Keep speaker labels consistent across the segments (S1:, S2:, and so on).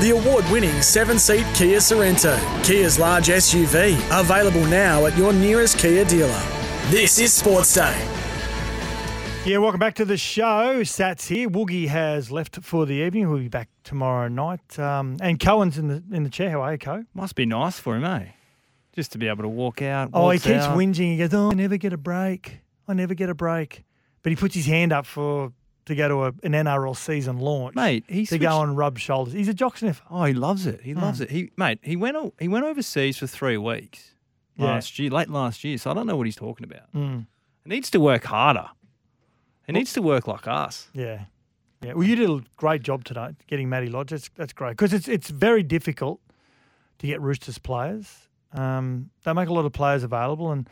S1: The award winning seven seat Kia Sorrento, Kia's large SUV, available now at your nearest Kia dealer. This is Sports Day.
S2: Yeah, welcome back to the show. Sats here. Woogie has left for the evening. We'll be back tomorrow night. Um, and Cohen's in the in the chair. How are you, Co?
S3: Must be nice for him, eh? Just to be able to walk out.
S2: Oh, he
S3: waltz
S2: keeps
S3: out.
S2: whinging. He goes, "Oh, I never get a break. I never get a break." But he puts his hand up for to go to a, an NRL season launch,
S3: Mate, he
S2: to
S3: switched-
S2: go and rub shoulders. He's a jock sniffer.
S3: Oh, he loves it. He
S2: Hmm.
S3: loves it. He mate, he went o- he went overseas for three weeks
S2: Yeah. Hmm.
S3: last year, late last year. So I don't know what he's talking about. He needs to work harder. He needs to work like us.
S2: Yeah. Yeah. Well, you did a great job tonight getting Matty Lodge. That's, that's great because it's it's very difficult to get Roosters players. Um, they make a lot of players available, and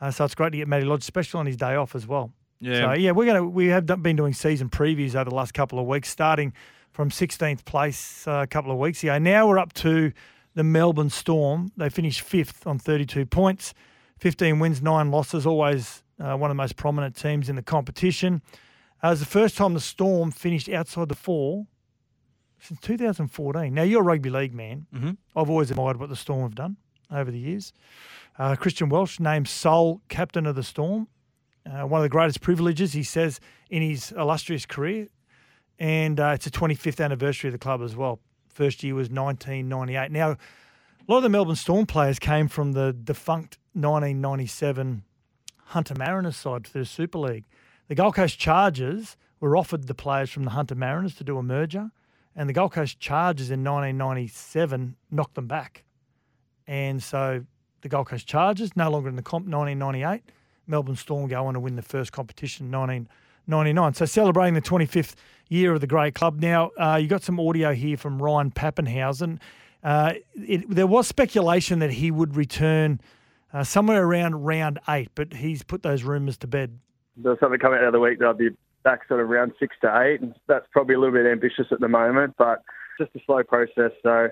S2: uh, so it's great to get Matty Lodge, especially on his day off as well. So yeah, we're gonna we have done- been doing season previews over the last couple of weeks, starting from 16th place uh, a couple of weeks ago. Now we're up to the Melbourne Storm. They finished fifth on 32 points, 15 wins, nine losses. Always uh, one of the most prominent teams in the competition. Uh, it was the first time the Storm finished outside the four since 2014. Now you're a rugby league man.
S3: Mhm.
S2: I've always admired what the Storm have done over the years. Uh, Christian Welsh named sole captain of the Storm uh, one of the greatest privileges, he says, in his illustrious career. And uh, it's the 25th anniversary of the club as well. First year was 1998. Now, a lot of the Melbourne Storm players came from the defunct 1997 Hunter Mariners side to the Super League. The Gold Coast Chargers were offered the players from the Hunter Mariners to do a merger, and the Gold Coast Chargers in 1997 knocked them back. And so the Gold Coast Chargers, no longer in the comp 1998, Melbourne Storm go on to win the first competition in 1999. So celebrating the 25th year of the great club. Now, uh, you got some audio here from Ryan Pappenhausen. Uh, it, there was speculation that he would return uh, somewhere around round eight, but he's put those rumours to bed.
S4: There was something coming out of the week that I'd be back sort of round six to eight. And that's probably a little bit ambitious at the moment, but just a slow process. So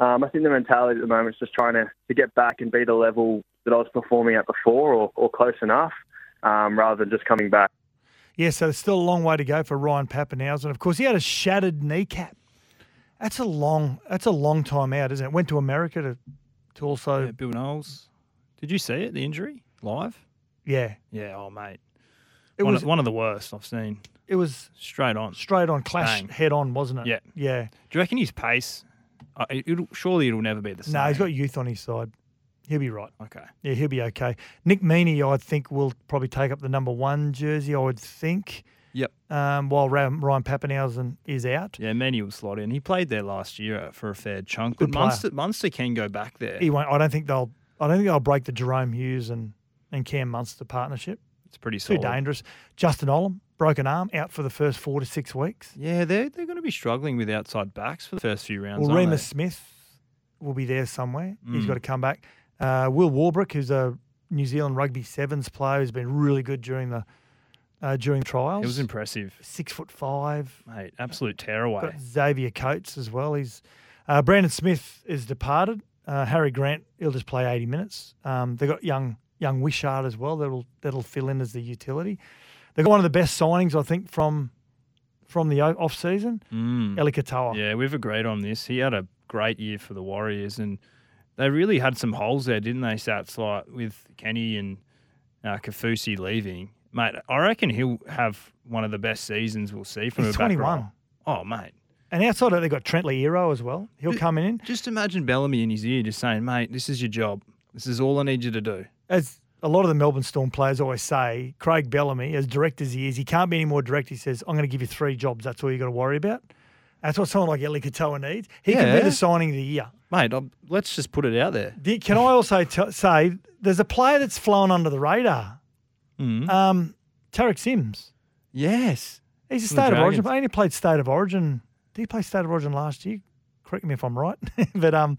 S4: um, I think the mentality at the moment is just trying to, to get back and be the level that I was performing at before or, or close enough um, rather than just coming back.
S2: Yeah, so there's still a long way to go for Ryan Pappenhausen. Of course, he had a shattered kneecap. That's a long. That's a long time out, isn't it? Went to America to, to also.
S3: Yeah, Bill Knowles. Did you see it, the injury? Live?
S2: Yeah,
S3: Yeah, oh mate.
S2: it
S3: one,
S2: was.
S3: of, one of the worst I've seen.
S2: It was
S3: Straight on.
S2: straight on clash
S3: Bang.
S2: head on, wasn't it?
S3: Yeah.
S2: Yeah.
S3: Do you reckon his pace? Uh, it- it'll, surely it'll never be the same.
S2: No, he's got youth on his side. He'll be right.
S3: Okay.
S2: Yeah, he'll be okay. Nick Meaney, I think, will probably take up the number one jersey, I would think,
S3: Yep.
S2: um, while Ra- Ryan Pappenhausen is out.
S3: Yeah, Manny will slot in. He played there last year for a fair chunk.
S2: Good
S3: but
S2: player.
S3: Munster, Munster can go back there.
S2: He won't. I don't think they'll. I don't think they'll break the Jerome Hughes and, and Cam Munster partnership.
S3: It's pretty
S2: Too
S3: solid.
S2: dangerous. Justin Ollam, broken arm, out for the first four to six weeks.
S3: Yeah, they're, they're going to be struggling with outside backs for the first few rounds.
S2: Well,
S3: aren't
S2: Remus
S3: they?
S2: Smith will be there somewhere. He's
S3: Mm.
S2: got to come back. Uh, Will Warbrick, who's a New Zealand rugby sevens player, who's been really good during the uh, during trials.
S3: It was impressive,
S2: six foot five.
S3: mate. Absolute tearaway.
S2: Got Xavier Coates as well. He's uh, Brandon Smith is departed. Uh, Harry Grant, he'll just play eighty minutes. Um, they got young young Wishart as well. That'll that'll fill in as the utility. They got one of the best signings I think from from the o- off season.
S3: Mm.
S2: Eli Katoa.
S3: Yeah, we've agreed on this. He had a great year for the Warriors, and they really had some holes there, didn't they? Sats like with Kenny and uh, Kafusi leaving, mate. I reckon he'll have one of the best seasons we'll see from
S2: He's
S3: a back row.
S2: 21.
S3: Oh, mate.
S2: And outside of that, they got Trent Leero as well. He'll come in.
S3: Just imagine Bellamy in his ear just saying, mate, this is your job. This is all I need you to do.
S2: As a lot of the Melbourne Storm players always say, Craig Bellamy, as direct as he is, he can't be any more direct. He says, I'm going to give you three jobs. That's all you got to worry about. That's what someone like Eli Katoa needs. He can be
S3: Yeah.
S2: the signing of the year.
S3: Mate, i let's just put it out there.
S2: Do- Can I also t- say there's a player that's flown under the radar?
S3: Mm.
S2: Um, Tarek Sims.
S3: Yes.
S2: He's a
S3: From the
S2: state of origin.
S3: Dragons.
S2: player. He only played state of origin. Did he play state of origin last year? Correct me if I'm right, but um,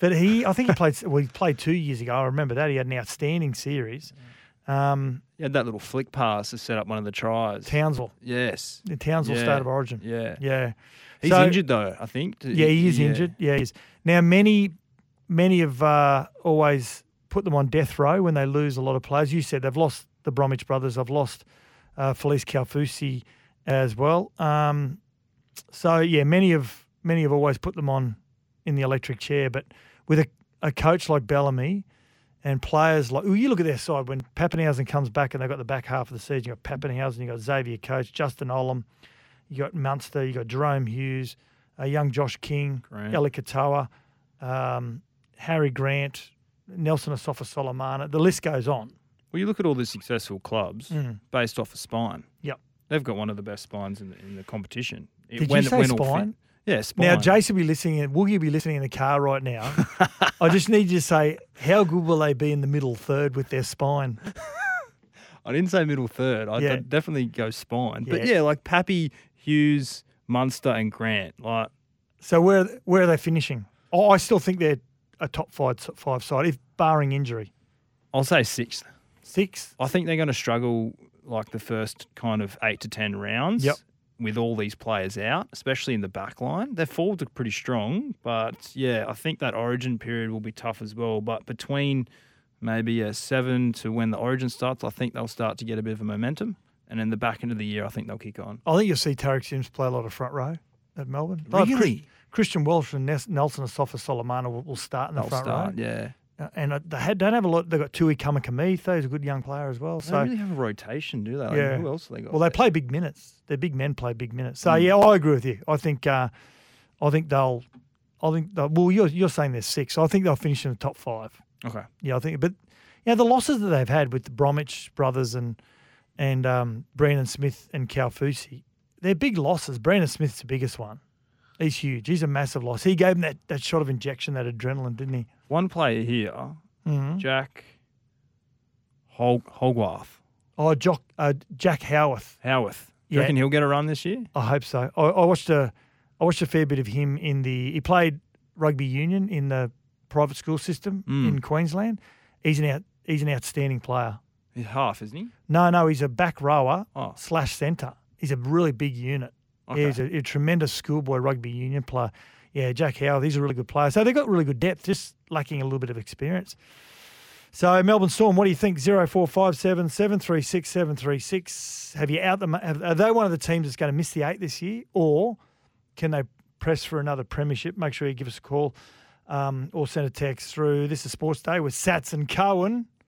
S2: but he I think he played. Well, he played two years ago. I remember that he had an outstanding series. Um,
S3: He had that little flick pass to set up one of the tries.
S2: Townsville,
S3: yes.
S2: the Townsville
S3: Yeah.
S2: state of origin.
S3: Yeah.
S2: Yeah,
S3: He's
S2: So-
S3: injured, though, I think.
S2: Yeah, he is injured. Yeah, he is. Now, many, many have uh, always put them on death row when they lose a lot of players. You said they've lost the Bromwich brothers. I've lost uh, Felice Calfusi as well. Um, so yeah, many have many have always put them on in the electric chair, but with a, a coach like Bellamy and players like, well, you look at their side when Pappenhausen comes back and they've got the back half of the season. You've got Pappenhausen, you've got Xavier Coach, Justin Ollam, you got Munster, you got Jerome Hughes, uh, young Josh King,
S3: Grant.
S2: Eli Katoa, um, Harry Grant, Nelson Asafa Solomana. The list goes on.
S3: Well, you look at all the successful clubs
S2: Mm.
S3: based off a spine.
S2: Yep.
S3: They've got one of the best spines in the, in the competition. It-
S2: Did you say
S3: all fit-
S2: spine?
S3: Yeah, spine.
S2: Now, Jason will be listening, and will you be listening in the car right now? I just need you to say, how good will they be in the middle third with their spine?
S3: I didn't say middle third. I
S2: Yeah.
S3: I'd definitely go spine. But
S2: Yeah.
S3: yeah, like Pappy, Hughes, Munster, and Grant. Like,
S2: So where where are they finishing? Oh, I still think they're a top five five side, if barring injury.
S3: I'll say sixth.
S2: Six.
S3: I think they're going to struggle like the first kind of eight to ten rounds.
S2: Yep.
S3: With all these players out, especially in the back line, their forwards are pretty strong. But yeah, I think that Origin period will be tough as well. But between maybe a seven to when the Origin starts, I think they'll start to get a bit of a momentum. And in the back end of the year, I think they'll kick on.
S2: I think you'll see Tarek Sims play a lot of front row at Melbourne. Like Chris-
S3: Really?
S2: Christian Welsh and Nes- Nelson Asafa Solomana will, will start in the
S3: They'll
S2: front
S3: start,
S2: row.
S3: yeah.
S2: Uh, And uh, they had, don't have a lot. They've got Tui Kamakamitho, who's a good young player as well.
S3: They
S2: So
S3: don't really have a rotation, do they? Like,
S2: Yeah.
S3: Who else have they got? Hmm.
S2: Well, they
S3: there?
S2: play big minutes. Their big men play big minutes. So yeah, I agree with you. I think uh, I think they'll I think they'll, well you're you're saying they're six. I think they'll finish in the top five.
S3: Okay.
S2: Yeah, I think but yeah, the losses that they've had with the Bromwich brothers and and um, Brandon Smith and Calfusi, they're big losses. Brandon Smith's the biggest one. He's huge. He's a massive loss. He gave him that, that shot of injection, that adrenaline, didn't he?
S3: One player here, Mm-hmm. Jack Hol- Holgwath.
S2: Oh, Jock, uh, Jack Howarth.
S3: Howarth. Do you
S2: Yeah.
S3: reckon he'll get a run this year?
S2: I hope so. I, I watched a I watched a fair bit of him in the he played rugby union in the private school system
S3: Mm.
S2: in Queensland. He's an out, he's an outstanding player.
S3: He's half, isn't he?
S2: No, no, he's a back rower
S3: Oh.
S2: slash centre. He's a really big unit.
S3: Okay.
S2: Yeah, he's a, a tremendous schoolboy rugby union player. Yeah, Jack Howard, he's a really good player. So they've got really good depth, just lacking a little bit of experience. So Melbourne Storm, what do you think? Zero four five seven seven three six seven three six. Have you out them? Have, are they one of the teams that's going to miss the eight this year, or can they press for another premiership? Make sure you give us a call um, or send a text through. This is Sports Day with Sats and Cohen.